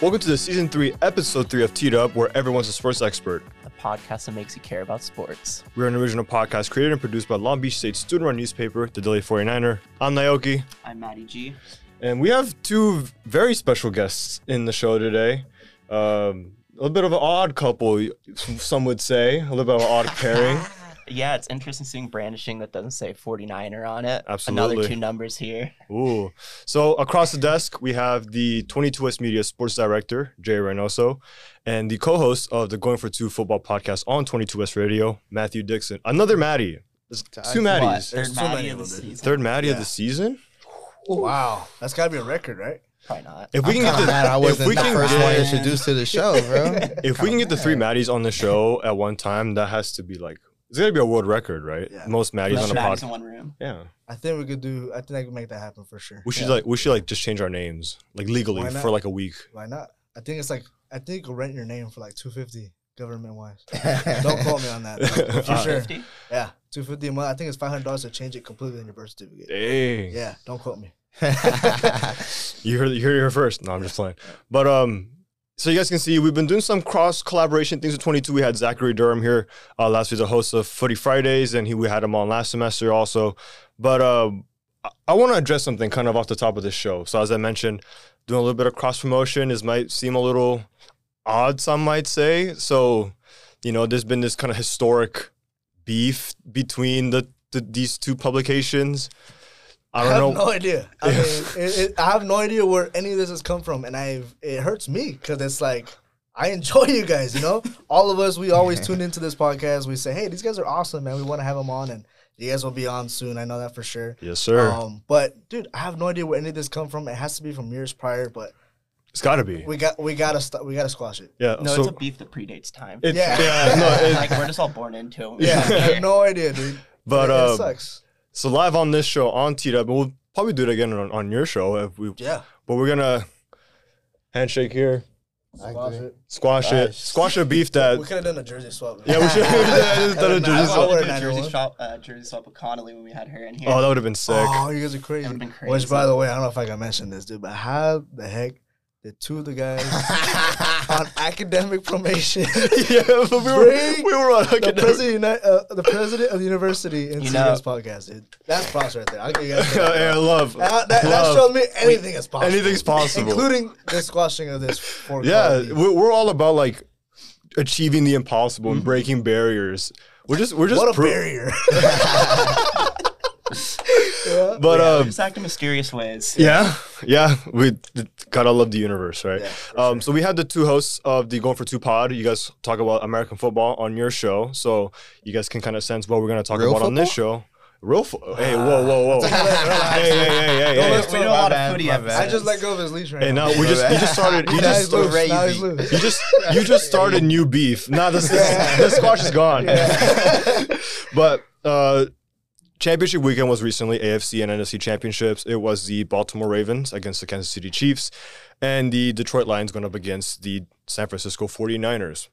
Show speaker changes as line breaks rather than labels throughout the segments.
Welcome to the season three, episode three of Teed Up, where everyone's a sports expert.
the podcast that makes you care about sports.
We're an original podcast created and produced by Long Beach State student run newspaper, The Daily 49er. I'm Naoki,
I'm Maddie G.
and we have two very special guests in the show today. Um, a little bit of an odd couple, some would say, a little bit of an odd pairing.
Yeah, it's interesting seeing brandishing that doesn't say 49er on it. Another
Absolutely.
two numbers here.
Ooh. So across the desk, we have the 22S Media sports director, Jay Reynoso, and the co-host of the Going for Two football podcast on 22S Radio, Matthew Dixon. Another Maddie. There's two
What?
Maddies.
Third
so
Maddie
many
of the
of them.
season.
Third Maddie of
Yeah.
the season?
Wow, that's got to be a record, right?
Probably not.
If we can get the,
mad I
if
wasn't
we
the
can
first
get-
one introduced to the show, bro.
if we can get the three Maddies on the show at one time, that has to be like it's gonna be a world record, right?
Yeah.
Most Maddies
Those
on a
Maddies
podcast.
in one room.
Yeah.
I think we could do. I think I could make that happen for sure.
We should
Yeah.
like we should like just change our names like legally
Why not?
for like a week.
Why not? I think it's like I think you could rent your name for like two fifty government wise. Don't quote me on that. though, For
Uh,
sure.
50?
Yeah, two fifty a month. I think it's five hundred dollars to change it completely in your birth certificate.
Dang.
Yeah, don't quote me.
You heard you heard it here first. No, I'm just playing. But um, so you guys can see we've been doing some cross collaboration things with 22. We had Zachary Durham here uh, last week, the host of Footy Fridays, and he we had him on last semester also. But um, I, I want to address something kind of off the top of this show. So as I mentioned, doing a little bit of cross promotion is might seem a little odd, some might say. So you know, there's been this kind of historic beef between the, the these two publications. I
I,
don't
have
know.
no idea. I mean, it, it, I have no idea where any of this has come from, and I it hurts me because it's like I enjoy you guys. You know, all of us we always tune into this podcast. We say, hey, these guys are awesome, man. We want to have them on, and you guys will be on soon. I know that for sure.
yes, sir.
Um, but dude, I have no idea where any of this come from. It has to be from years prior, but
it's got to be.
we got we gotta st- we gotta squash it.
Yeah.
No,
so
it's a beef that predates time.
it- yeah.
Yeah.
no.
like
It,
we're just all born into it.
Yeah, I have no idea, dude.
but
it, it
uh,
sucks.
so live on this show on T Dub, we'll probably do it again on, on your show if we.
Yeah,
But we're gonna handshake here,
squash it.
squash it,
Nice.
squash a beef that.
We could have done a jersey swap. man.
Yeah, we should. yeah, just done a
Nah,
jersey
I
swap.
would've
We're
done
Jersey
one.
swap, uh, Jersey swap with Connolly when we had her in here.
Oh, that would have been sick.
Oh, you guys are crazy.
would've been crazy.
Which, by the way, I don't know if I can mention this, dude, but how the heck did two of the guys on academic probation,
yeah, but we were
Bring
we were on
the
academic.
president, uh, the president of the university, in
You
you
know-
this podcast, dude? That's props right there. I'll give you guys that.
yeah, love.
Uh, That, that, that
love.
shows me anything is possible.
Anything's possible.
including the squashing of this. Four
yeah, we're, we're all about like achieving the impossible and breaking barriers. We're just we're just
Mm-hmm. what a
pro-
barrier.
But
Yeah, we
um,
just act in mysterious ways.
Yeah, yeah. We gotta love the universe, right?
Yeah,
um, So we had the two hosts of the Going for Two pod. You guys talk about American football on your show, so you guys can kind of sense what we're gonna talk
Real
about on this show. Real fo- Hey, whoa, whoa, whoa! hey, hey, hey, hey,
Don't
hey!
let's-
We
My
do a lot
bad,
of foodie
my
episodes.
bad.
I just let go of his leash right
Hey,
now.
no, we just you just started you
Now
just
he's loose. Now
crazy.
he's loose.
you just you just started new beef. Nah, this this, this squash is gone. but uh, championship weekend was recently AFC and NFC championships. It was the Baltimore Ravens against the Kansas City Chiefs, and the Detroit Lions going up against the San Francisco 49ers.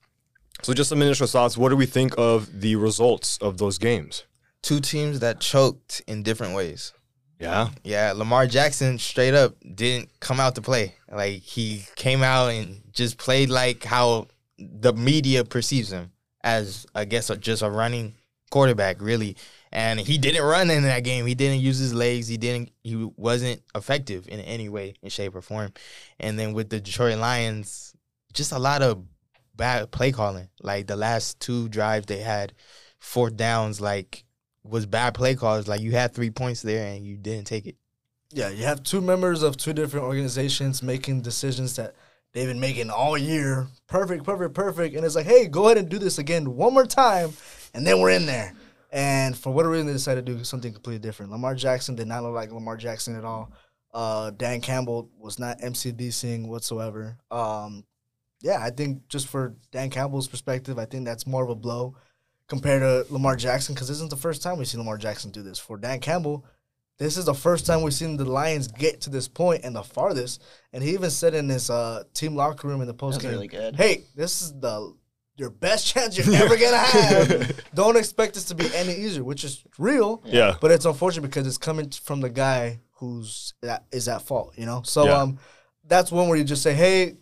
So just some initial thoughts. What do we think of the results of those games?
Two teams that choked in different ways.
Yeah.
Yeah, Lamar Jackson straight up didn't come out to play. Like he came out and just played like how the media perceives him as I guess a, just a running quarterback, really. And he didn't run in that game. He didn't use his legs. He didn't. He wasn't effective in any way, in shape or form. And then with the Detroit Lions, just a lot of bad play calling. Like the last two drives they had, fourth downs, like was bad play calls. Like you had three points there and you didn't take it.
Yeah, you have two members of two different organizations making decisions that they've been making all year. Perfect, perfect, perfect. And it's like, hey, go ahead and do this again one more time, and then we're in there. And for whatever reason, they decided to do something completely different. Lamar Jackson did not look like Lamar Jackson at all. Uh, Dan Campbell was not MCDCing whatsoever. Um, yeah, I think just for Dan Campbell's perspective, I think that's more of a blow compared to Lamar Jackson because this isn't the first time we've seen Lamar Jackson do this. For Dan Campbell, this is the first time we've seen the Lions get to this point and the farthest. And he even said in his uh, team locker room in the
That
post
was
game,
really good.
"Hey, this is the your best chance you're ever gonna have. Don't expect this to be any easier, which is real.
Yeah.
But it's unfortunate because it's coming from the guy who's that is at fault, you know. So
Yeah.
um, that's one where you just say, "Hey,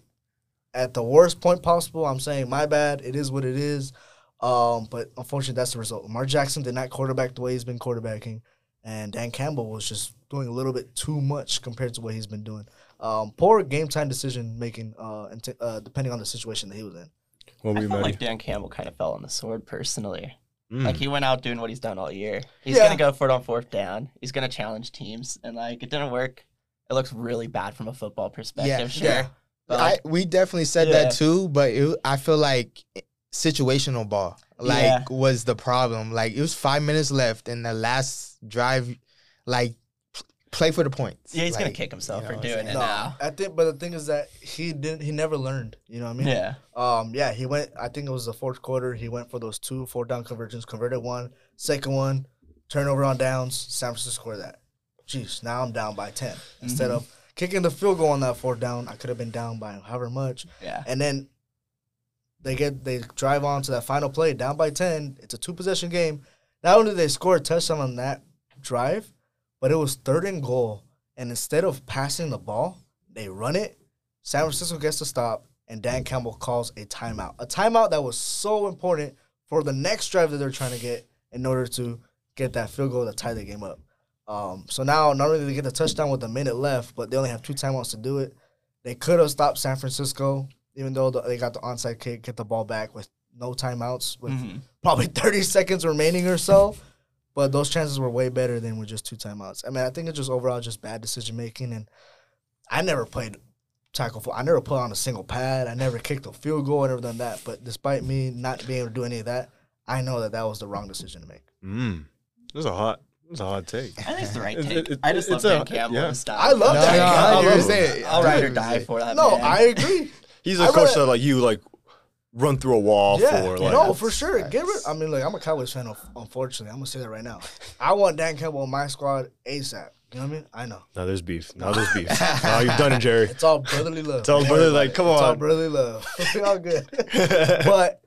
at the worst point possible. I'm saying my bad. It is what it is. Um, but unfortunately, that's the result. Lamar Jackson did not quarterback the way he's been quarterbacking, and Dan Campbell was just doing a little bit too much compared to what he's been doing. Um, poor game time decision making, uh, and t- uh, depending on the situation that he was in.
What were
I
you,
felt
Maddie?
like Dan Campbell kind of fell on the sword personally.
Mm.
Hmm.
Like he went out doing what he's done all year. He's
Yeah.
gonna go for it on fourth down. He's gonna challenge teams, and like it didn't work. It looks really bad from a football perspective. sure.
Yeah, yeah.
But
I,
like,
we definitely said
Yeah.
that too, but it, I feel like situational ball like
Yeah.
was the problem. Like it was five minutes left, and the last drive, like p- play for the points.
yeah, he's gonna
Like,
kick himself
you know
for
what I'm
doing it
saying?
now.
I think, but the thing is that he didn't. He never learned. You know what I mean?
Yeah.
Um, yeah, he went. I think it was the fourth quarter. He went for those two four down conversions, converted one, second one, turnover on downs. San Francisco scored that. Jeez, now I'm down by 10 instead of kicking the field goal on that fourth down. I could have been down by however much,
Yeah.
and then they get they drive on to that final play, down by ten. It's a two possession game. Not only did they score a touchdown on that drive, but it was third and goal. And instead of passing the ball, they run it. San Francisco gets the stop, and Dan Campbell calls a timeout. A timeout that was so important for the next drive that they're trying to get in order to get that field goal to tie the game up. Um, so now, not only did they get the touchdown with a minute left, but they only have two timeouts to do it. They could have stopped San Francisco, even though the, they got the onside kick, get the ball back with no timeouts, with
Mhm.
probably 30 seconds remaining or so. But those chances were way better than with just two timeouts. I mean, I think it's just overall just bad decision making. And I never played tackle football. I never put on a single pad. I never kicked a field goal. I never done that. But despite me not being able to do any of that, I know that that was the wrong decision to make.
Mm. This is a hot. This is a hot take.
I think it's the right
It-
take.
it- it-
I just love
it's
Dan
a-
Campbell
yeah.
and stuff.
I love
No,
that.
no,
guy.
I
love him.
understand.
I'll ride or
Dude,
die for that.
No,
man.
I agree.
He's
I
a coach
really-
that like you like run through a wall
Yeah,
for. Like,
no, for sure. Get rid. I mean, like I'm a Cowboys fan. unf- Unfortunately, I'm gonna say that right now. I want Dan Campbell on my squad ASAP. You know what I mean? I know
Now there's beef. Now there's beef. now you've done it, Jerry.
it's all brotherly love.
It's all brotherly, like, come
It's all
on.
brotherly love. we all good. but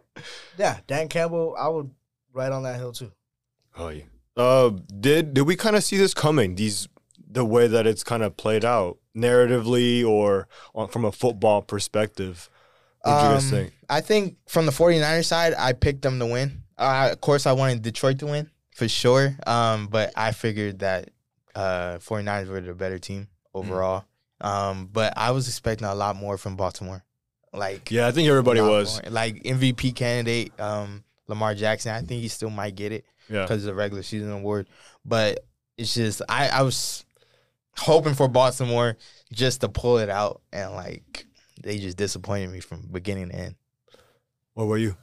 yeah, Dan Campbell, I would ride on that hill too.
Oh yeah. Uh, did did we kind of see this coming? These the way that it's kind of played out narratively or on, from a football perspective. What do you guys
Um,
think?
I think from the 49ers side, I picked them to win. Uh, of course, I wanted Detroit to win for sure. Um, but I figured that uh, 49ers were the better team
Mm.
overall. Um, but I was expecting a lot more from Baltimore. Like,
Yeah, I think everybody
lot
was.
more. Like, MVP candidate um, Lamar Jackson. I think he still might get it
Yeah,
because of the regular season award. But it's just, I, I was hoping for Baltimore just to pull it out. And, like, they just disappointed me from beginning to end.
what were you?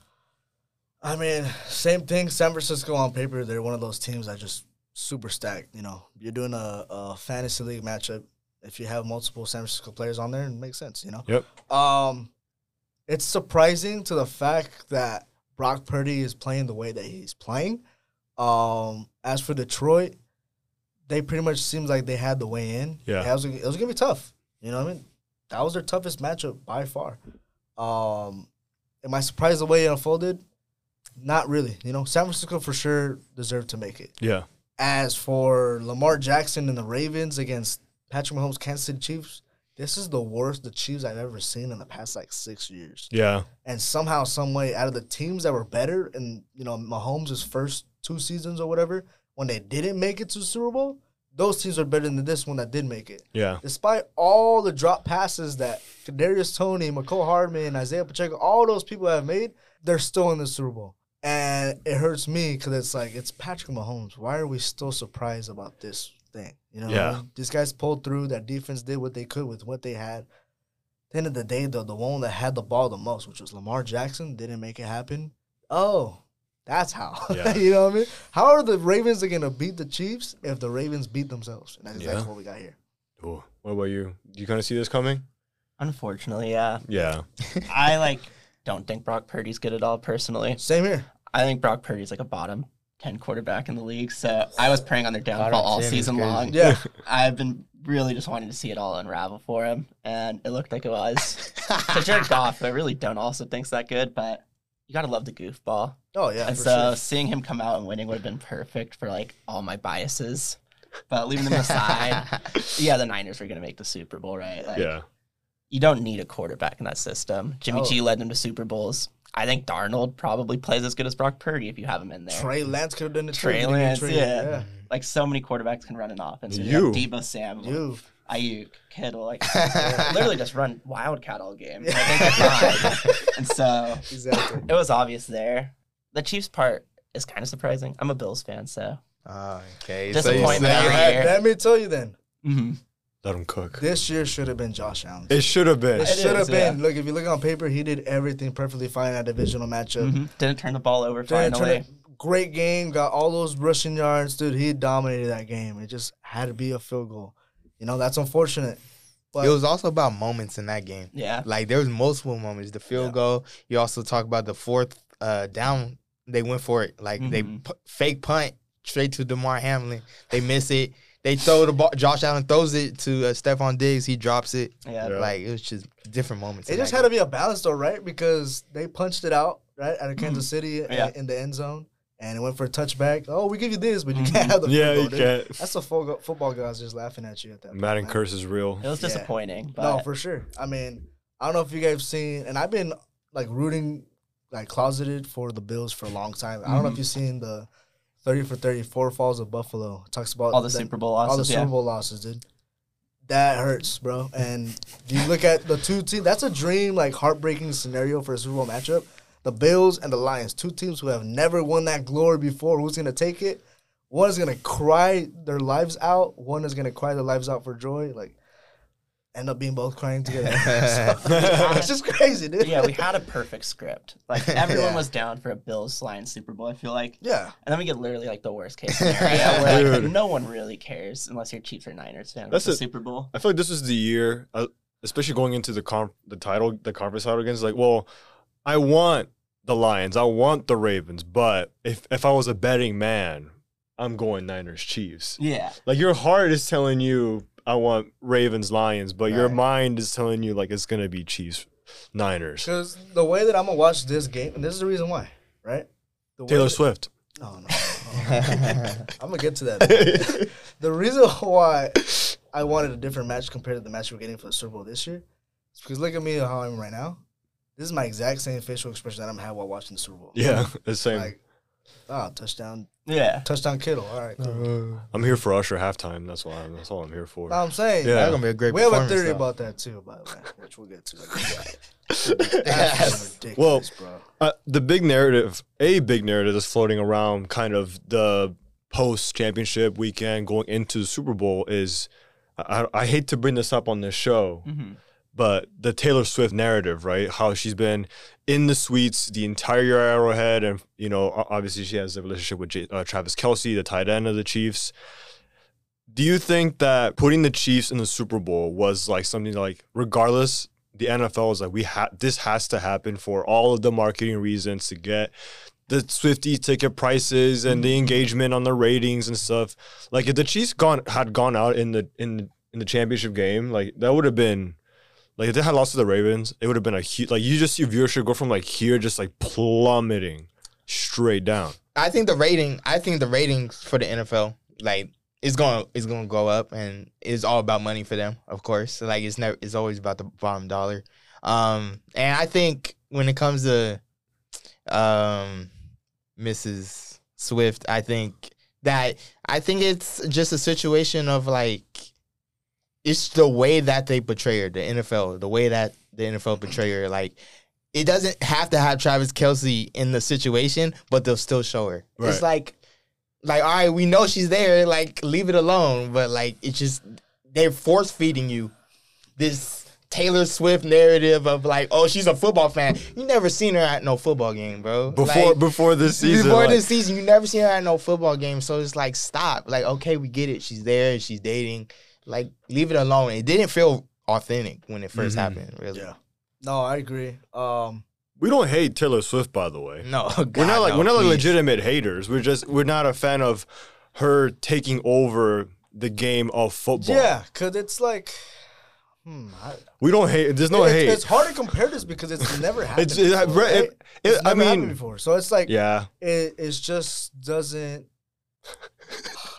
I mean, same thing. San Francisco on paper, they're one of those teams that just super stacked. You know, you're doing a, a fantasy league matchup. If you have multiple San Francisco players on there, it makes sense. You know.
Yep.
Um, it's surprising to the fact that Brock Purdy is playing the way that he's playing. Um, as for Detroit, they pretty much seems like they had the way in.
Yeah.
it was, it was gonna be tough. You know what I mean? That was their toughest matchup by far. Um, am I surprised the way it unfolded? Not really. You know, San Francisco for sure deserved to make it.
Yeah,
As for Lamar Jackson and the Ravens against Patrick Mahomes, Kansas City Chiefs, this is the worst the Chiefs I've ever seen in the past like six years.
yeah,
And somehow, some way, out of the teams that were better, and you know Mahomes' first two seasons or whatever, when they didn't make it to the Super Bowl, those teams are better than this one that did make it
yeah.
despite all the drop passes that Kadarius Tony, McCole Hardman, Isaiah Pacheco, all those people have made, they're still in the Super Bowl. And it hurts me because it's like it's Patrick Mahomes. Why are we still surprised about this thing? You know, what I
Yeah.
mean? these guys pulled through. That defense did what they could with what they had. At the end of the day, though, the one that had the ball the most, which was Lamar Jackson, didn't make it happen. Oh, that's how.
Yeah.
you know what I mean? How are the Ravens going to beat the Chiefs if the Ravens beat themselves? And that's exactly
Yeah.
what we got here.
Ooh. What about you? You kind of see this coming?
Unfortunately, yeah.
Yeah,
I like don't think Brock Purdy's good at all personally.
Same here.
I think Brock Purdy's like a bottom ten quarterback in the league. So I was praying on their downfall
Bottom
all
10 is
season
crazy.
long.
Yeah.
I've been really just wanting to see it all unravel for him, and it looked like it was. to Jared Goff, I really don't also think's that good, but you gotta love the goofball.
Oh yeah.
and
for
so
sure.
seeing him come out and winning would have been perfect for like all my biases. But leaving them aside, yeah, the Niners were gonna make the Super Bowl, right? Like,
yeah.
you don't need a quarterback in that system. Jimmy
Oh.
G led them to Super Bowls. I think Darnold probably plays as good as Brock Purdy if you have him in there.
Trey Lance could have done the
Trey
trade. if he didn't get
Lance,
traded.
yeah. Like so many quarterbacks can run an offense.
You.
You, you have Debo Samuel,
You.
Ayuk, Kittle, like literally just run wildcat all game. I think that's fine. and so
Exactly.
it was obvious there. The Chiefs part is kind of surprising. I'm a Bills fan, so
Ah, okay.
Disappointment
So you
every
say-
year.
Let, let me tell you then.
Mm-hmm,
Let him cook.
This year should have been Josh Allen.
It should have been.
It should have
is, yeah.
been. Look, if you look on paper, he did everything perfectly fine at divisional matchup.
Mhm. didn't turn the ball over
Didn't turn
finally.
it- Great game, got all those rushing yards, dude. He dominated that game. It just had to be a field goal. You know that's unfortunate. But
It was also about moments in that game.
Yeah.
Like there was multiple moments. The field
Yeah.
goal. You also talk about the fourth uh, down. They went for it. Like they
Mm-hmm.
Mhm.
pu- fake punt straight to Demar Hamlin. They miss it. They throw the ball. Josh Allen throws it to uh, Stephon Diggs. He drops it.
Yeah.
Yeah.
Like it was just different moments.
it just had to be a balance though, right? Because they punched it out right out of Kansas City uh,
Mm-hmm. Yeah.
in the end zone, and it went for a touchback. Oh, we give you this, but you
Mhm.
can't have the
yeah,
field goal,
you
dude.
can't.
That's the full go- football guys just laughing at you at that. point,
Madden
man.
curse is real.
It was
Yeah.
disappointing, but
No, for sure. I mean, I don't know if you guys have seen, and I've been like rooting, like closeted for the Bills for a long time. I don't know if you've seen the thirty for thirty four falls of Buffalo. It talks about
all the Super Bowl losses.
all Oh, the Super
yeah.
Bowl losses, dude. That hurts, bro. And you look at the two teams. That's a dream, like heartbreaking scenario for a Super Bowl matchup. The Bills and the Lions, two teams who have never won that glory before. Who's gonna take it? One is gonna cry their lives out. One is gonna cry their lives out for joy. Like end up being both crying together. So, it's just crazy, dude.
yeah, we had a perfect script. Like everyone
Yeah.
was down for a Bills Lions Super Bowl. I feel like,
yeah.
and then we get literally like the worst case scenario where like,
Dude.
no one really cares unless you're Chiefs or Niners fan.
That's
That's the
it.
Super Bowl.
I feel like this is the year, uh, especially going into the comp, the title, the conference title against. Like, well, I want the Lions, I want the Ravens, but if if I was a betting man, I'm going Niners Chiefs.
Yeah,
Like your heart is telling you I want Ravens Lions, but your
Right.
mind is telling you like it's gonna be Chiefs Niners.
Because the way that I'm gonna watch this game, and this is the reason why, right? The way
Taylor
that-
Swift.
No, no. no. I'm gonna get to that. The reason why I wanted a different match compared to the match we're getting for the Super Bowl this year is because look at me how I'm right now. This is my exact same facial expression that I'm had while watching the Super Bowl.
yeah, the same.
Like, oh, touchdown,
yeah.
touchdown, Kittle. All right,
Mm-hmm.
cool.
I'm here for Usher halftime. That's why. That's all I'm here for.
Know what I'm saying.
Yeah.
That's gonna be a great.
We have a
performance,
theory
though.
about that too, by the way, which we'll get to. That's ridiculous, bro.
Uh, the big narrative, a big narrative that's floating around kind of the post championship weekend going into the Super Bowl is I, I I hate to bring this up on this show,
hmm
but the Taylor Swift narrative, right? How she's been in the suites the entire year at Arrowhead. And, you know, o- obviously she has a relationship with J- uh, Travis Kelsey, the tight end of the Chiefs. Do you think that putting the Chiefs in the Super Bowl was like something like, regardless, the NFL is like, we ha- this has to happen for all of the marketing reasons to get the Swifty ticket prices and the engagement on the ratings and stuff. Like if the Chiefs gone had gone out in the in in the championship game, like that would have been like if they had lost to the Ravens, it would have been a huge like you just see viewership go from like here just like plummeting straight down.
I think the rating. I think the ratings for the NFL like is going is going to go up, and it's all about money for them, of course. Like it's never it's always about the bottom dollar. Um, and I think when it comes to um, Mrs. Swift, I think that I think it's just a situation of like it's the way that they portray her, the NFL, the way that the NFL portray her, like it doesn't have to have Travis Kelsey in the situation, but they'll still show her.
Right.
It's like, like all right, we know she's there. Like leave it alone. But like it's just they're force feeding you this Taylor Swift narrative of like, oh, she's a football fan. You never seen her at no football game, bro.
Before
Like,
before this season.
before
like,
this season, you never seen her at no football game. So it's like, stop. Like, okay, we get it. She's there. She's dating. Like, leave it alone. It didn't feel authentic when it 1st
Mhm.
happened. Really.
Yeah. No, I agree. Um,
we don't hate Taylor Swift by the way.
No,
we're not
God,
like
no,
we're not like
please.
legitimate haters. We're just we're not a fan of her taking over the game of football.
yeah, because it's like, hmm, I,
We don't hate there's no
it's,
hate.
it's hard to compare this because it's never happened.
It's- it- I-
before,
it-
right?
it-
It's
I
never happened
mean-
before. So it's like,
yeah.
it it's just doesn't.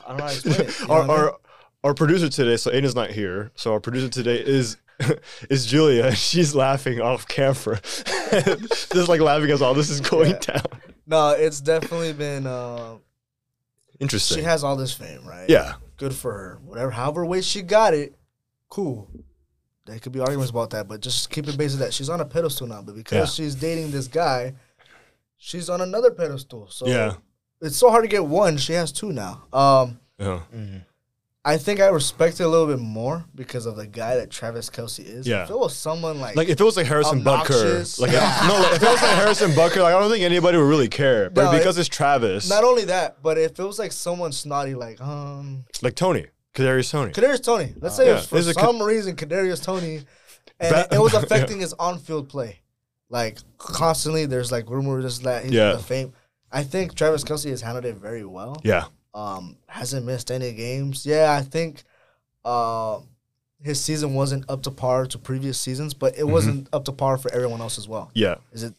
I don't know how to explain it. you know
our,
what I mean?
our our producer today, so Aiden's not here. So our producer today is it's Julia. She's laughing off camera, just like laughing as all this is going down.
No, it's definitely been. Uh,
Interesting.
she has all this fame, right?
yeah,
Good for her. Whatever, however way she got it, cool. There could be arguments about that, but just keep it based on that. She's on a pedestal now, but because she's dating this guy, she's on another pedestal. So
yeah,
it's so hard to get one. She has two now. Um,
yeah.
Mm-hmm.
I think I respect it a little bit more because of the guy that Travis Kelsey is.
Yeah.
If it was someone like,
Like if it was like Harrison
Obnoxious.
Butker, like no, like, if it was like Harrison Butker, like I don't think anybody would really care. But
No,
because it's Travis,
not only that, but if it was like someone snotty, like um,
like Tony, Kadarius Tony,
Kadarius Tony. Let's say
Yeah.
it was for
There's a Ka-
some reason Kadarius Tony, and
Ba-
it, was
yeah.
affecting his on-field play, like constantly. There's like rumors this that he's
Yeah.
the fame. I think Travis Kelsey has handled it very well.
yeah,
Um, hasn't missed any games. Yeah, I think, uh, his season wasn't up to par to previous seasons, but
Mm-hmm.
it wasn't up to par for everyone else as well.
yeah,
Is it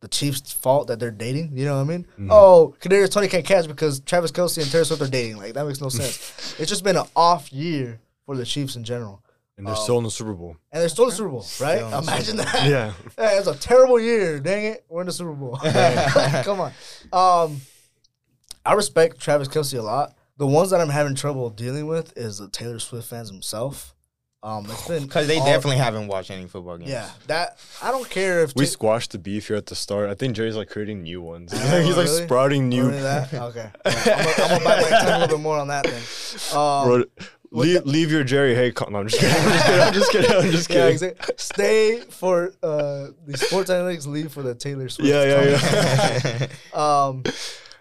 the Chiefs' fault that they're dating? You know what I mean?
Mm-hmm.
Oh, Kadarius Tony can't catch because Travis Kelsey and Taylor Swift are dating. Like that makes no sense. it's just been an off year for the Chiefs in general,
and
Oh.
they're still in the Super Bowl.
and they're still in the Super Bowl, right?
Still in the
Imagine that.
Yeah,
Hey, it's a terrible year. Dang it, we're in the Super Bowl. Come on. Um, I respect Travis Kelsey a lot. The ones that I'm having trouble dealing with is the Taylor Swift fans himself. Um, it's been
Because they
all-
definitely haven't watched any football games.
yeah that I don't care if
we
Ta-
squashed the beef here at the start. I think Jerry's like creating new ones. He's
Oh,
like, he's like
really?
sprouting
You
new.
Remember that? Okay. I'm gonna- I'm gonna bite my tongue a little bit more on that then. Um,
Bro, leave, leave your Jerry Hay. Con- no, I'm just kidding. I'm just kidding. I'm just
yeah,
kidding. I'm just kidding.
exactly. Stay for uh, the sports analytics, leave for the Taylor Swift.
Yeah, yeah, yeah.
Um,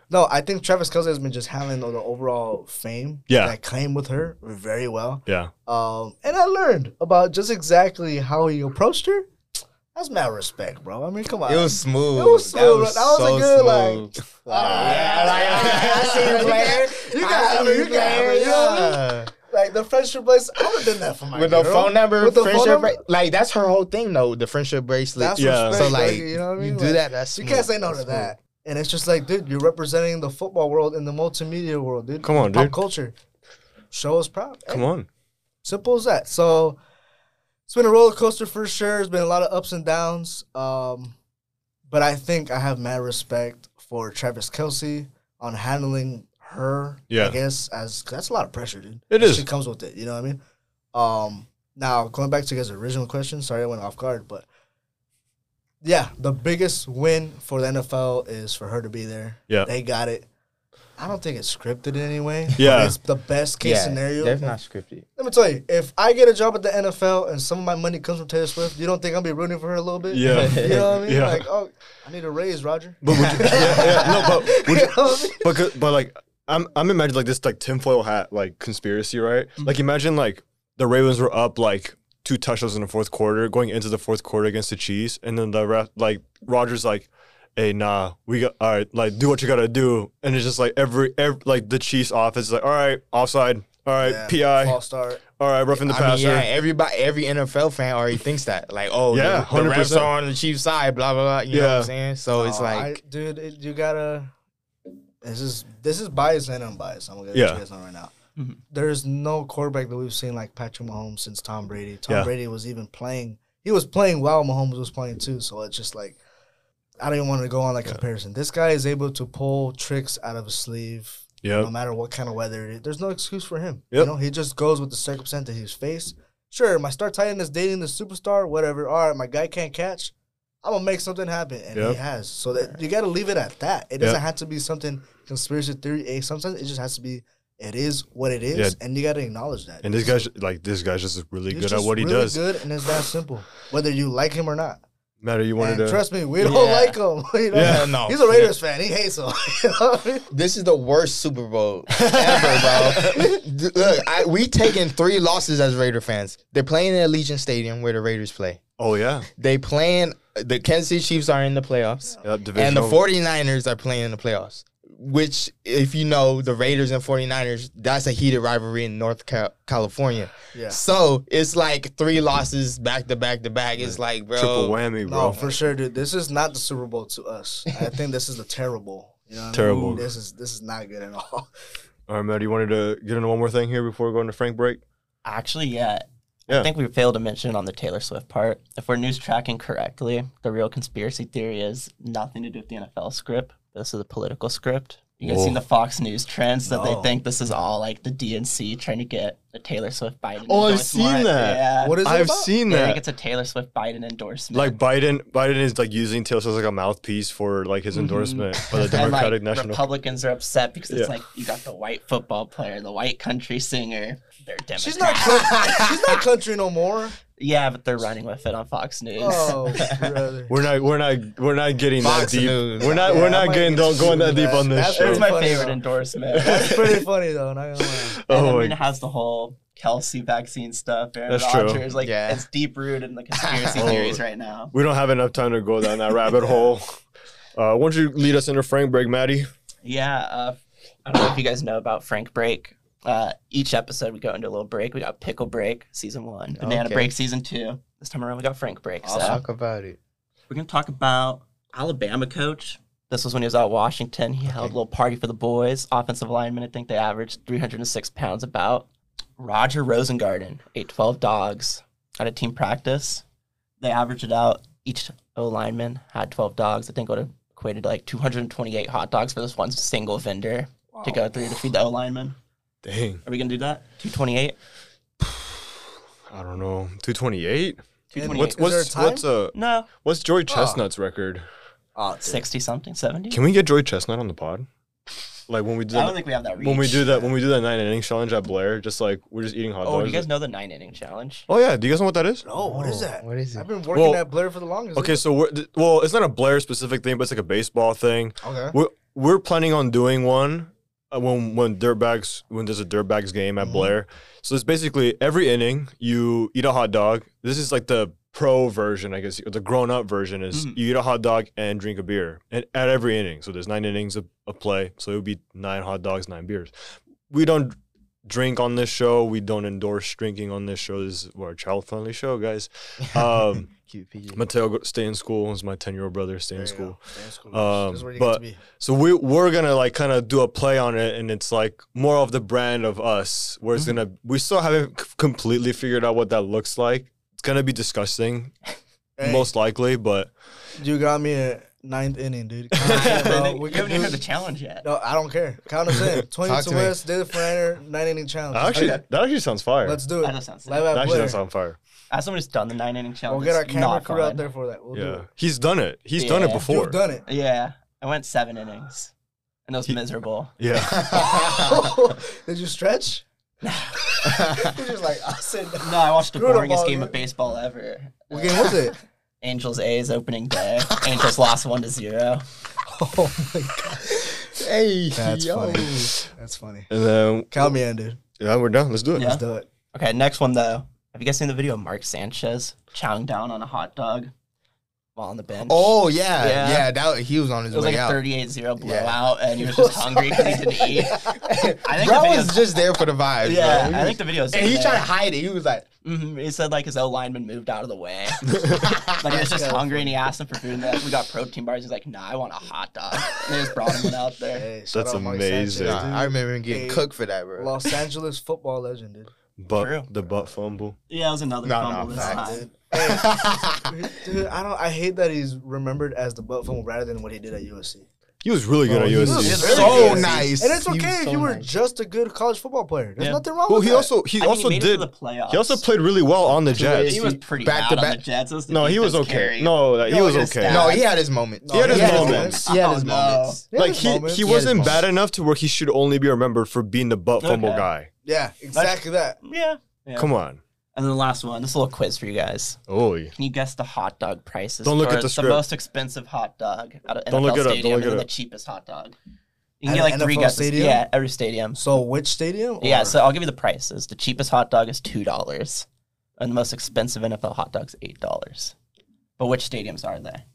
no, I think Travis Kelsey has been just handling the overall fame
Yeah.
that came with her very well.
yeah.
Um, and I learned about just exactly how he approached her. That's mad respect, bro. I mean, come on.
It was smooth.
It was
That
smooth. That was a good, Ah,
smooth.
yeah,
I see you player.
You got,
I
you got,
see
you got, you know what I mean?
Yeah.
Like the friendship place, I would have done that for my
With
girl.
the phone number,
With the phone
friendship,
number?
bra- like that's her whole thing though. The friendship bracelet.
That's
Yeah.
respect,
So like,
you know what I mean?
you do
Like,
that. That's
You
smooth.
can't say no
That's
to
smooth.
that. And it's just like, dude, you're representing the football world and the multimedia world, dude.
Come on,
Pop
dude.
culture. Show us proud.
Come on.
Simple as that. So it's been a roller coaster for sure. It's been a lot of ups and downs. Um, but I think I have mad respect for Travis Kelsey on handling her.
Yeah.
I guess as 'cause that's a lot of pressure, dude.
It
That
is.
She comes with it. You know what I mean? Um, now going back to his original question. Sorry, I went off guard, but yeah, the biggest win for the NFL is for her to be there.
Yeah.
they got it. I don't think it's scripted in any way. but
Yeah.
it's the best case scenario.
That's not scripted.
Let me tell you, if I get a job at the NFL and some of my money comes from Taylor Swift, you don't think I'll be rooting for her a little bit?
Yeah.
You know what I mean?
Yeah.
Like, oh, I need a raise, Roger.
But would you, yeah, yeah, no, but would
You
you,
know what I mean?
but c- but like I'm I'm imagining like this like tinfoil hat like conspiracy, right? Like imagine like the Ravens were up like two touchdowns in the fourth quarter, going into the fourth quarter against the Chiefs, and then the ref like Rogers like, hey nah, we got all right, like do what you gotta do, and it's just like every, every like the Chiefs office is like all right offside, all right
Yeah,
PI,
False start.
all right roughing the
I mean,
passer,
yeah, everybody, every NFL fan already thinks that. Like, oh,
Yeah,
yeah, the, the refs
100%.
are on the Chiefs' side, blah blah blah. You know what
Yeah.
I'm saying? So it's
Oh, I-
like,
dude, it, you gotta. This is this is biased and unbiased. I'm gonna let
Yeah.
you guys know right now.
Mm-hmm.
Mhm.
There's no quarterback that we've seen like Patrick Mahomes since Tom Brady. Tom
Yeah.
Brady was even playing. He was playing while Mahomes was playing too. So it's just like, I don't even want to go on that comparison. This guy is able to pull tricks out of his sleeve.
yeah,
no matter what kind of weather it is. There's no excuse for him. You
Yep.
know, he just goes with the circumstance that he's faced. Sure, my star tight end is dating the superstar, whatever. All right, my guy can't catch. I'm gonna make something happen, and he
Yep.
has. So that you gotta leave it at that. It doesn't
Yep.
have to be something conspiracy theory. A sometimes it just has to be. It is what it is,
Yeah.
and you gotta acknowledge that.
and this guy's like this guy's just really
He's
good at
just
what he
really
does.
Good, and it's that simple. Whether you like him or not,
Matter you wanted
and
to
trust me, we
Yeah.
don't like him. you know?
Yeah, no.
He's a Raiders fan. He hates him. You know what I mean?
this is the worst Super Bowl ever, bro. D- Look, I, we taking three losses as Raider fans. They're playing in Allegiant Stadium where the Raiders play.
oh yeah,
They playing the Kansas City Chiefs are in the playoffs.
yeah
and the
divisional.
49ers are playing in the playoffs which if you know the raiders and 49ers that's a heated rivalry in north Ca- california
Yeah.
so it's like three losses back to back to back it's like bro
Triple whammy, bro.
No, for sure, dude. This is not the Super Bowl to us. I think this is the terrible. You know, what I mean?
Terrible.
This is this is not good at all.
All right, Matt, you wanted to get into one more thing here before we go into Frank break?
Actually, yeah,
Yeah.
I think we failed to mention on the Taylor Swift part. If we're news tracking correctly, the real conspiracy theory is nothing to do with the NFL script. This is a political script. You guys
Whoa.
seen the Fox News trends that
No.
they think this is all like the DNC trying to get the Taylor Swift Biden.
Oh, I've
endorsement.
seen that.
Yeah.
What is it
I've
about?
seen
They think
that.
it's a Taylor Swift Biden endorsement.
Like Biden, Biden is like using Taylor Swift as like a mouthpiece for like
Mm-hmm.
his endorsement for the
and like
Democratic National.
Republicans are upset because
Yeah.
it's like you got the white football player, the white country singer. They're Democrat.
She's not. coun- she's not country no more.
Yeah, but they're running with it on Fox News.
Oh, brother.
we're not, we're not, we're not getting
Fox
that deep.
News.
We're not,
Yeah, I
we're not
might
getting
need to
going that
do
deep
that.
on this
That's
show.
That's my
Funny,
favorite
though.
endorsement.
That's pretty funny though. Not gonna lie.
and
Oh
I mean,
my
it has the whole Kelsey vaccine stuff. Aaron
That's true.
Rodgers, like
Yeah.
it's deep rooted in the conspiracy
Oh.
theories right now.
We don't have enough time to go down that rabbit hole. Uh, why don't you lead us into Frank Break, Maddie?
Yeah, uh, I don't know if you guys know about Frank Break. Uh, each episode we go into a little break. We got Pickle Break season one, Banana
Okay.
Break season two. This time around we got Frank Break. So
Talk about it.
we're gonna talk about Alabama coach. This was when he was out Washington. He held a little party for the boys. Offensive linemen, I think they averaged 306 pounds about. Roger Rosengarten ate 12 dogs at a team practice. They averaged it out. Each O lineman had 12 dogs. I think it would have equated to like 228 hot dogs for this one single vendor to go through to feed the O lineman.
Dang,
Are we gonna do that? 228.
I don't know. Two twenty eight.
And
What's
is there
what's
a time?
what's uh
No,
what's Joy Chestnut's record?
Oh, dude.
60 something, 70.
Can we get Joy Chestnut on the pod? Like when we do
I don't
that,
think we have that reach.
when we do that when we do that nine inning challenge at Blair, just like we're just eating hot dogs.
Oh, do you guys know the nine inning challenge?
Oh yeah, do you guys know Oh. what that is?
No, what is that?
What is
I've
it?
been working
Well,
at Blair for the longest.
Okay, so we're, th- well, it's not a Blair specific thing, but it's like a baseball thing.
Okay.
We're we're planning on doing one uh, when when dirtbags when there's a dirtbags game
Mm-hmm.
at Blair. So it's basically every inning you eat a hot dog. This is like the pro version, I guess, or the grown up version is
Mm-hmm.
Mhm.
you eat a hot dog and drink a beer and at every inning. So there's nine innings of, of play, so it would be nine hot dogs, nine beers. We don't drink on this show. We don't endorse drinking on this show. This is we're a child friendly show, guys. Um,
Cute PG.
Mateo, go- stay in school. Is my ten year old brother stay
There
in
you
school?
go. Stay in school.
Um,
This is where you
but-
get to be.
So we we're gonna like kind of do a play on it, and it's like more of the brand of us. Where it's gonna we still haven't c- completely figured out what that looks like. It's gonna be disgusting,
Hey,
most likely. But
you got me at ninth inning, dude. Come
I
on, bro.
haven't-
We
you
can
haven't even
do-
heard the challenge yet.
No, I don't care. Count us in. Twenty
Talk
to
to me.
West, David Franner, nine inning challenge.
actually, that actually sounds fire.
Oh, let's do it.
That does sound sick.
Live
that
at
actually
Blair.
sounds on fire.
As someone who's done the nine inning
We'll
challenge,
get our
it's
camera
not
crew
fun.
out there for that. We'll do
yeah,
it.
he's done it. He's done it
Yeah.
before.
You've done it.
Yeah, I went seven innings, and it was miserable.
Yeah,
Did you stretch? You're just like I said.
No, I watched the
Screw the
boringest
ball.
game of baseball ever. Uh,
What game was it?
Angels A's opening day. Angels lost one to zero.
Oh my god,
Hey,
that's funny. That's funny.
and then
Count me in, dude.
yeah, we're done. Let's do it.
Yeah.
Let's do it.
Okay, next one though. Have you guys seen the video of Mark Sanchez chowing down on a hot dog while on the bench?
Oh yeah,
Yeah.
yeah. that he was on his
It was
way
like a
out.
38 0 blowout, and he was just hungry because he didn't eat. I think the
Bro
video's-
was just there for the vibes.
Yeah,
bro.
I think the video's.
and
in
he
there.
tried to hide it. He was like,
hmm He said like his O lineman moved out of the way. like he was just
Yeah.
hungry and he asked him for food. And they're like, we got protein bars. He's like, nah, I want a hot dog. And they just brought him one out there.
Hey, shout
That's
out Mike
amazing.
Sanchez,
nah,
dude.
I remember him getting
Hey.
cooked for that, bro.
Los Angeles football legend, dude.
But
True.
the butt fumble.
Yeah, it was another
No,
fumble
no,
this
facts.
time.
Dude, I don't. I hate that he's remembered as the butt fumble rather than what he did at USC.
He was really good
Bro,
at
he was
USC.
He's really
so
good.
nice.
And it's
He was
okay if
so
you were
nice.
just a good college football player. There's
Yeah.
nothing wrong
Well,
with
he
that.
also he
I mean,
also
made it to
did.
the playoffs.
He also played really well on the
Yeah,
Jets.
He was pretty
Back
back
to
bad on
back-
the Jets. It was the
no, he was
defense
okay.
carry.
No, like, he
Yo,
was
his
okay.
stats.
No, he had his moments.
No, He had
his moments.
He had his
Oh, no.
moments.
Yeah,
like
there's
he
moments.
he
Yeah, there's
wasn't bad
moments.
enough to where he should only be remembered for being the butt fumble
Okay.
guy.
yeah, exactly that.
Yeah. yeah.
Come on.
And then the last one, this is a little quiz for you guys.
Oh,
Can you guess the hot dog prices?
Don't look
for
at the script.
most expensive hot dog at an NFL
Don't look it up, don't
stadium
look
and
it
then the
up.
cheapest hot dog. You can
At
get like
an
three
NFL
guesses.
stadium?
Yeah, every stadium.
So which stadium?
Yeah,
Or-
so I'll give you the prices. The cheapest hot dog is two dollars, and the most expensive NFL hot dog's eight dollars. But which stadiums are they?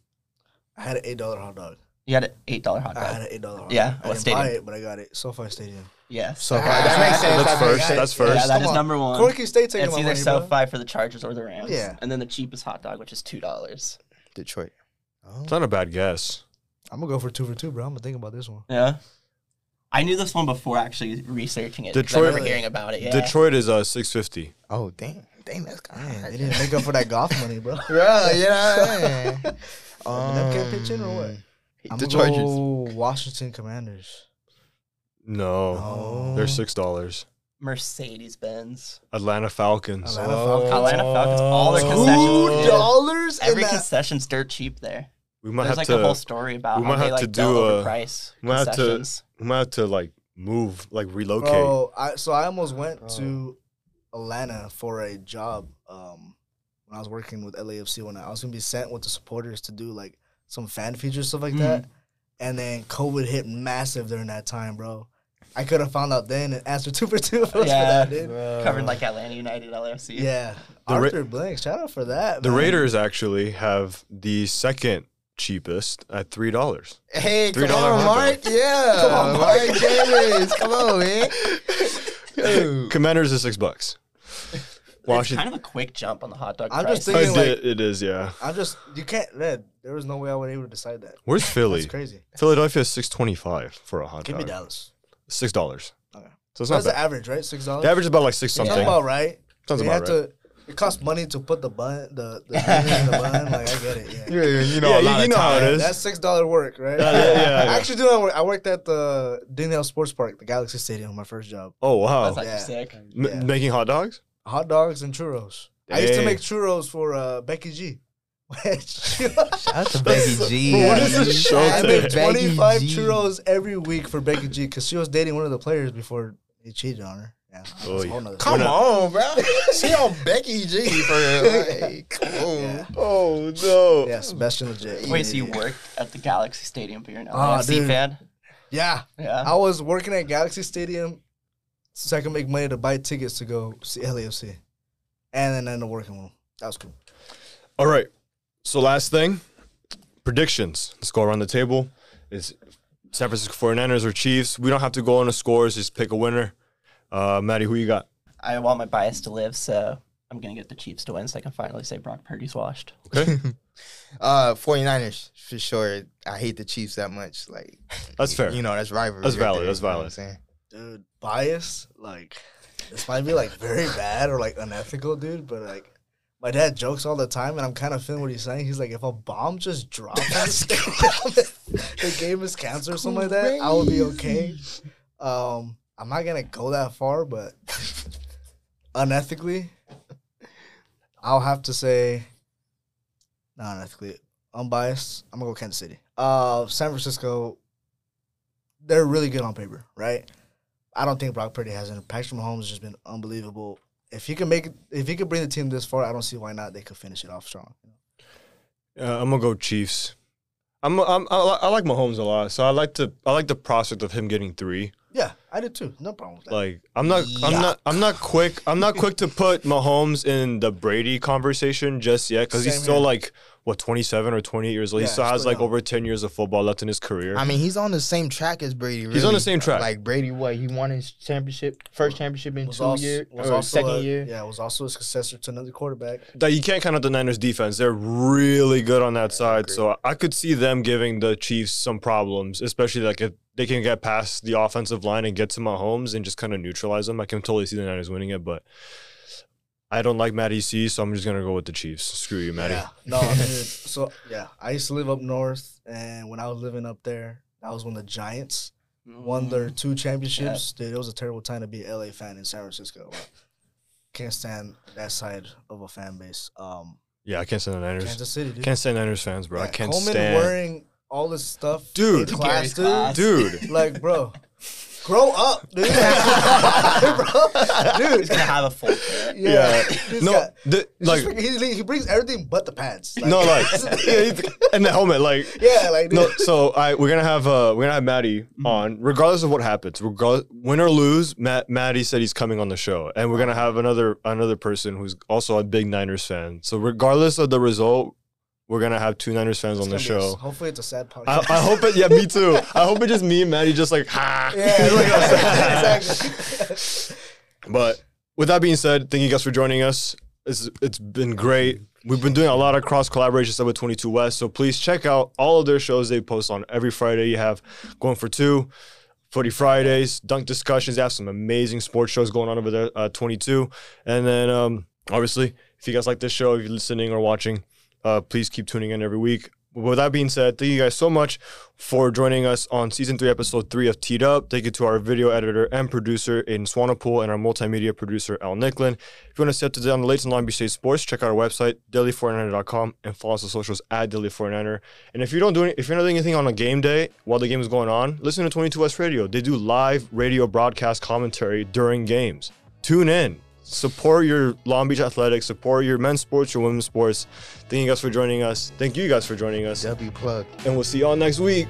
I had an eight dollar hot dog.
You had an eight dollar hot
I had
Ah,
dog.
an eight dollar. hot
Yeah,
dog.
what
I didn't
stadium?
buy it, but I got it. SoFi Stadium.
Yes.
So that makes sense.
That's
That makes
first.
sense.
That's
yeah,
first.
that
come
is
on.
number one.
Corky State taking
it's
my
either
money,
SoFi
bro.
for the Chargers or the Rams.
Yeah.
And then the cheapest hot dog, which is two dollars.
Detroit. Oh.
It's not a bad guess.
I'm gonna go for two for two, bro. I'm gonna think about this one.
Yeah. I knew this one before actually researching it. 'cause I
Detroit-
remember hearing about it. Yeah.
Detroit is uh six fifty.
Oh damn. dang, that's kind
Man,
of
they didn't make up for that golf money, bro.
Bro, you know what I mean?
Eminem can't pitch in or what?
Um,
I'm
The
gonna
Chargers.
go Washington Commanders.
No,
Oh,
they're six dollars.
Mercedes Benz.
Atlanta Falcons.
Atlanta Falcons.
Atlanta Falcons, all their
Two
concessions. dude.
dollars and
Every
that.
concession's dirt cheap there.
We might
There's
have
like
to.
a whole story about
we
how
might
they
have
like
to
don't
do a-
overprice
we might have to-
concessions.
we might have to like move, like relocate.
Bro, I, so I almost went to Atlanta for a job um, when I was working with LAFC. When I was gonna be sent with the supporters to do like some fan features stuff like
Hmm.
that, and then COVID hit massive during that time, bro. I could have found out then and asked for two for two votes for
Yeah.
that, dude.
Covering like Atlanta United, LFC.
Uh, Yeah,
The Ra-
Arthur Blank, shout out for that.
the
man.
Raiders actually have the second cheapest at three dollars.
Hey,
Three
come
dollar
on,
hot
Mark. Yeah. Come on, Mark Davis. come on, man. Dude.
Commanders is six bucks.
It's
Washington.
kind of a quick jump on the hot dog
I'm
price.
just thinking- of like-
it, it is, yeah.
I'm just you can't. Man, there was no way I would able to decide that.
Where's
That's
Philly?
crazy.
Philadelphia is six twenty five for a hot
Give me
dog.
Dallas.
Six dollars.
Okay.
So it's not
That's the
bad.
average, right? Six dollars.
The average is about like six something.
Sounds about right.
Sounds
they
about
have to. It costs money to put the bun, the the, thing in the bun. Like I get it. Yeah.
You, you know,
Yeah,
a
you-
lot
you
of
know how it
times.
is.
That's six dollar work, right?
Yeah, yeah, yeah, yeah.
I actually do. not work. I worked at the Daniel Sports Park, the Galaxy Stadium, my first job.
Oh wow,
That's actually
yeah.
sick.
M-
yeah.
making hot dogs.
Hot dogs and churros. I used to
Dang.
make churros for uh, Becky G.
That's a Becky G.
What is this show
I made
today?
twenty five
Becky G.
churros every week for Becky G because she was dating one of the players before he cheated on her. Yeah, that's a
Oh, yeah.
whole nother
Come
thing.
on, bro. she on Becky G for real. Like, come on.
Yeah.
Oh no.
Yeah, Sebastian legit.
Wait, so you worked at the Galaxy Stadium, but you're an
Ah,
LFC
dude.
fan?
Yeah.
Yeah.
I was working at Galaxy Stadium so I could make money to buy tickets to go see LAFC. And then I ended up working with him. That was cool.
All right. So last thing, predictions. Let's go around the table. Is San Francisco 49ers or Chiefs? We don't have to go on the scores. Just pick a winner. Uh, Maddie, who you got?
I want my bias to live, so I'm going to get the Chiefs to win so I can finally say Brock Purdy's washed.
Okay,
Uh, 49ers for sure. I hate the Chiefs that much. Like
that's
y-
fair.
You know, that's rivalry.
That's
right
valid,
there,
that's
you know what
valid.
I'm saying?
Dude, bias, like, this might be like very bad or like unethical, dude, but like, my dad jokes all the time, and I'm kind of feeling what he's saying. He's like, if a bomb just dropped on the stadium, the game is cancer or something like that, I would be okay. Um, I'm not gonna go that far, but unethically, I'll have to say, not unethically, unbiased. I'm gonna go Kansas City. Uh, San Francisco. They're really good on paper, right? I don't think Brock Purdy has any. Patrick Mahomes has just been unbelievable. If he can make, it, if he could bring the team this far, I don't see why not. They could finish it off strong.
Uh, I'm gonna go Chiefs. I'm, I'm I, li- I like Mahomes a lot, so I like to I like the prospect of him getting three.
Yeah, I did too. No problem with that.
Like I'm not I'm not I'm not quick I'm not quick to put Mahomes in the Brady conversation just yet because he's
Same
still
here.
like what 27 or 28 years old.
Yeah,
he still has
still
like
young.
over 10 years of football left in his career.
I mean, he's on the same track as Brady.
He's on the
really.
same track.
Like Brady, what he won his championship, first championship in two
als-
years
was
or
also
second
a-
year.
Yeah, was also a successor to another quarterback.
that you can't count out the Niners defense. They're really good on that side. So I could see them giving the Chiefs some problems, especially like if they can get past the offensive line and get to Mahomes and just kind of neutralize them. I can totally see the Niners winning it, but I don't like Matty C, so I'm just gonna go with the Chiefs. Screw you, Matty.
Yeah. No, dude. So yeah, I used to live up north, and when I was living up there, that was when the Giants won
Mm.
their two championships. Dude, it was a terrible time to be an LA fan in San Francisco. Like, can't stand that side of a fan base. Um,
Yeah, I can't stand the Niners.
Kansas City, dude.
Can't stand Niners fans, bro. I
Yeah,
can't
Coleman
stand.
wearing all this stuff,
Dude.
in
Gary's
class, dude.
class.
Dude,
Like, bro, grow up, dude. bro, dude.
He's going to have a full kit.
yeah,
This
no,
guy-
the, like,
Just freaking- he, he brings everything but the pads.
no, like, yeah, he's- and the helmet, like,
yeah, like
no,
dude.
so I we're gonna have uh we're gonna have Maddie
Mm-hmm.
on regardless of what happens, regardless win or lose. Matt Maddie said he's coming on the show, and we're gonna have another another person who's also a big Niners fan. So regardless of the result, we're gonna have two Niners fans on the
It's gonna be a-
show.
hopefully, it's a sad podcast.
I, I hope it. Yeah, me too. I hope it just me and Maddie just like ha.
yeah,
Like,
yeah, exactly.
but with that being said, thank you guys for joining us. It's, it's been great. We've been doing a lot of cross collaboration stuff with 22 West. So please check out all of their shows they post on every Friday. You have Going for Two, Footy Fridays, Dunk Discussions. They have some amazing sports shows going on over there, uh, 22. And then um, obviously, if you guys like this show, if you're listening or watching, uh, please keep tuning in every week. With that being said, thank you guys so much for joining us on season three, episode three of Teed Up. Thank you to our video editor and producer in Swanepoel and our multimedia producer Al Nicklin. If you want to stay up to date on the latest in Long Beach State sports, check out our website daily49er.com and follow us on socials at daily49er. And if you don't do any, if you're not doing anything on a game day while the game is going on, listen to 22 West Radio. They do live radio broadcast commentary during games. Tune in support your Long Beach athletics, support your men's sports, your women's sports. Thank you guys for joining us. Thank you guys for joining us.
W plug.
And we'll see y'all next week.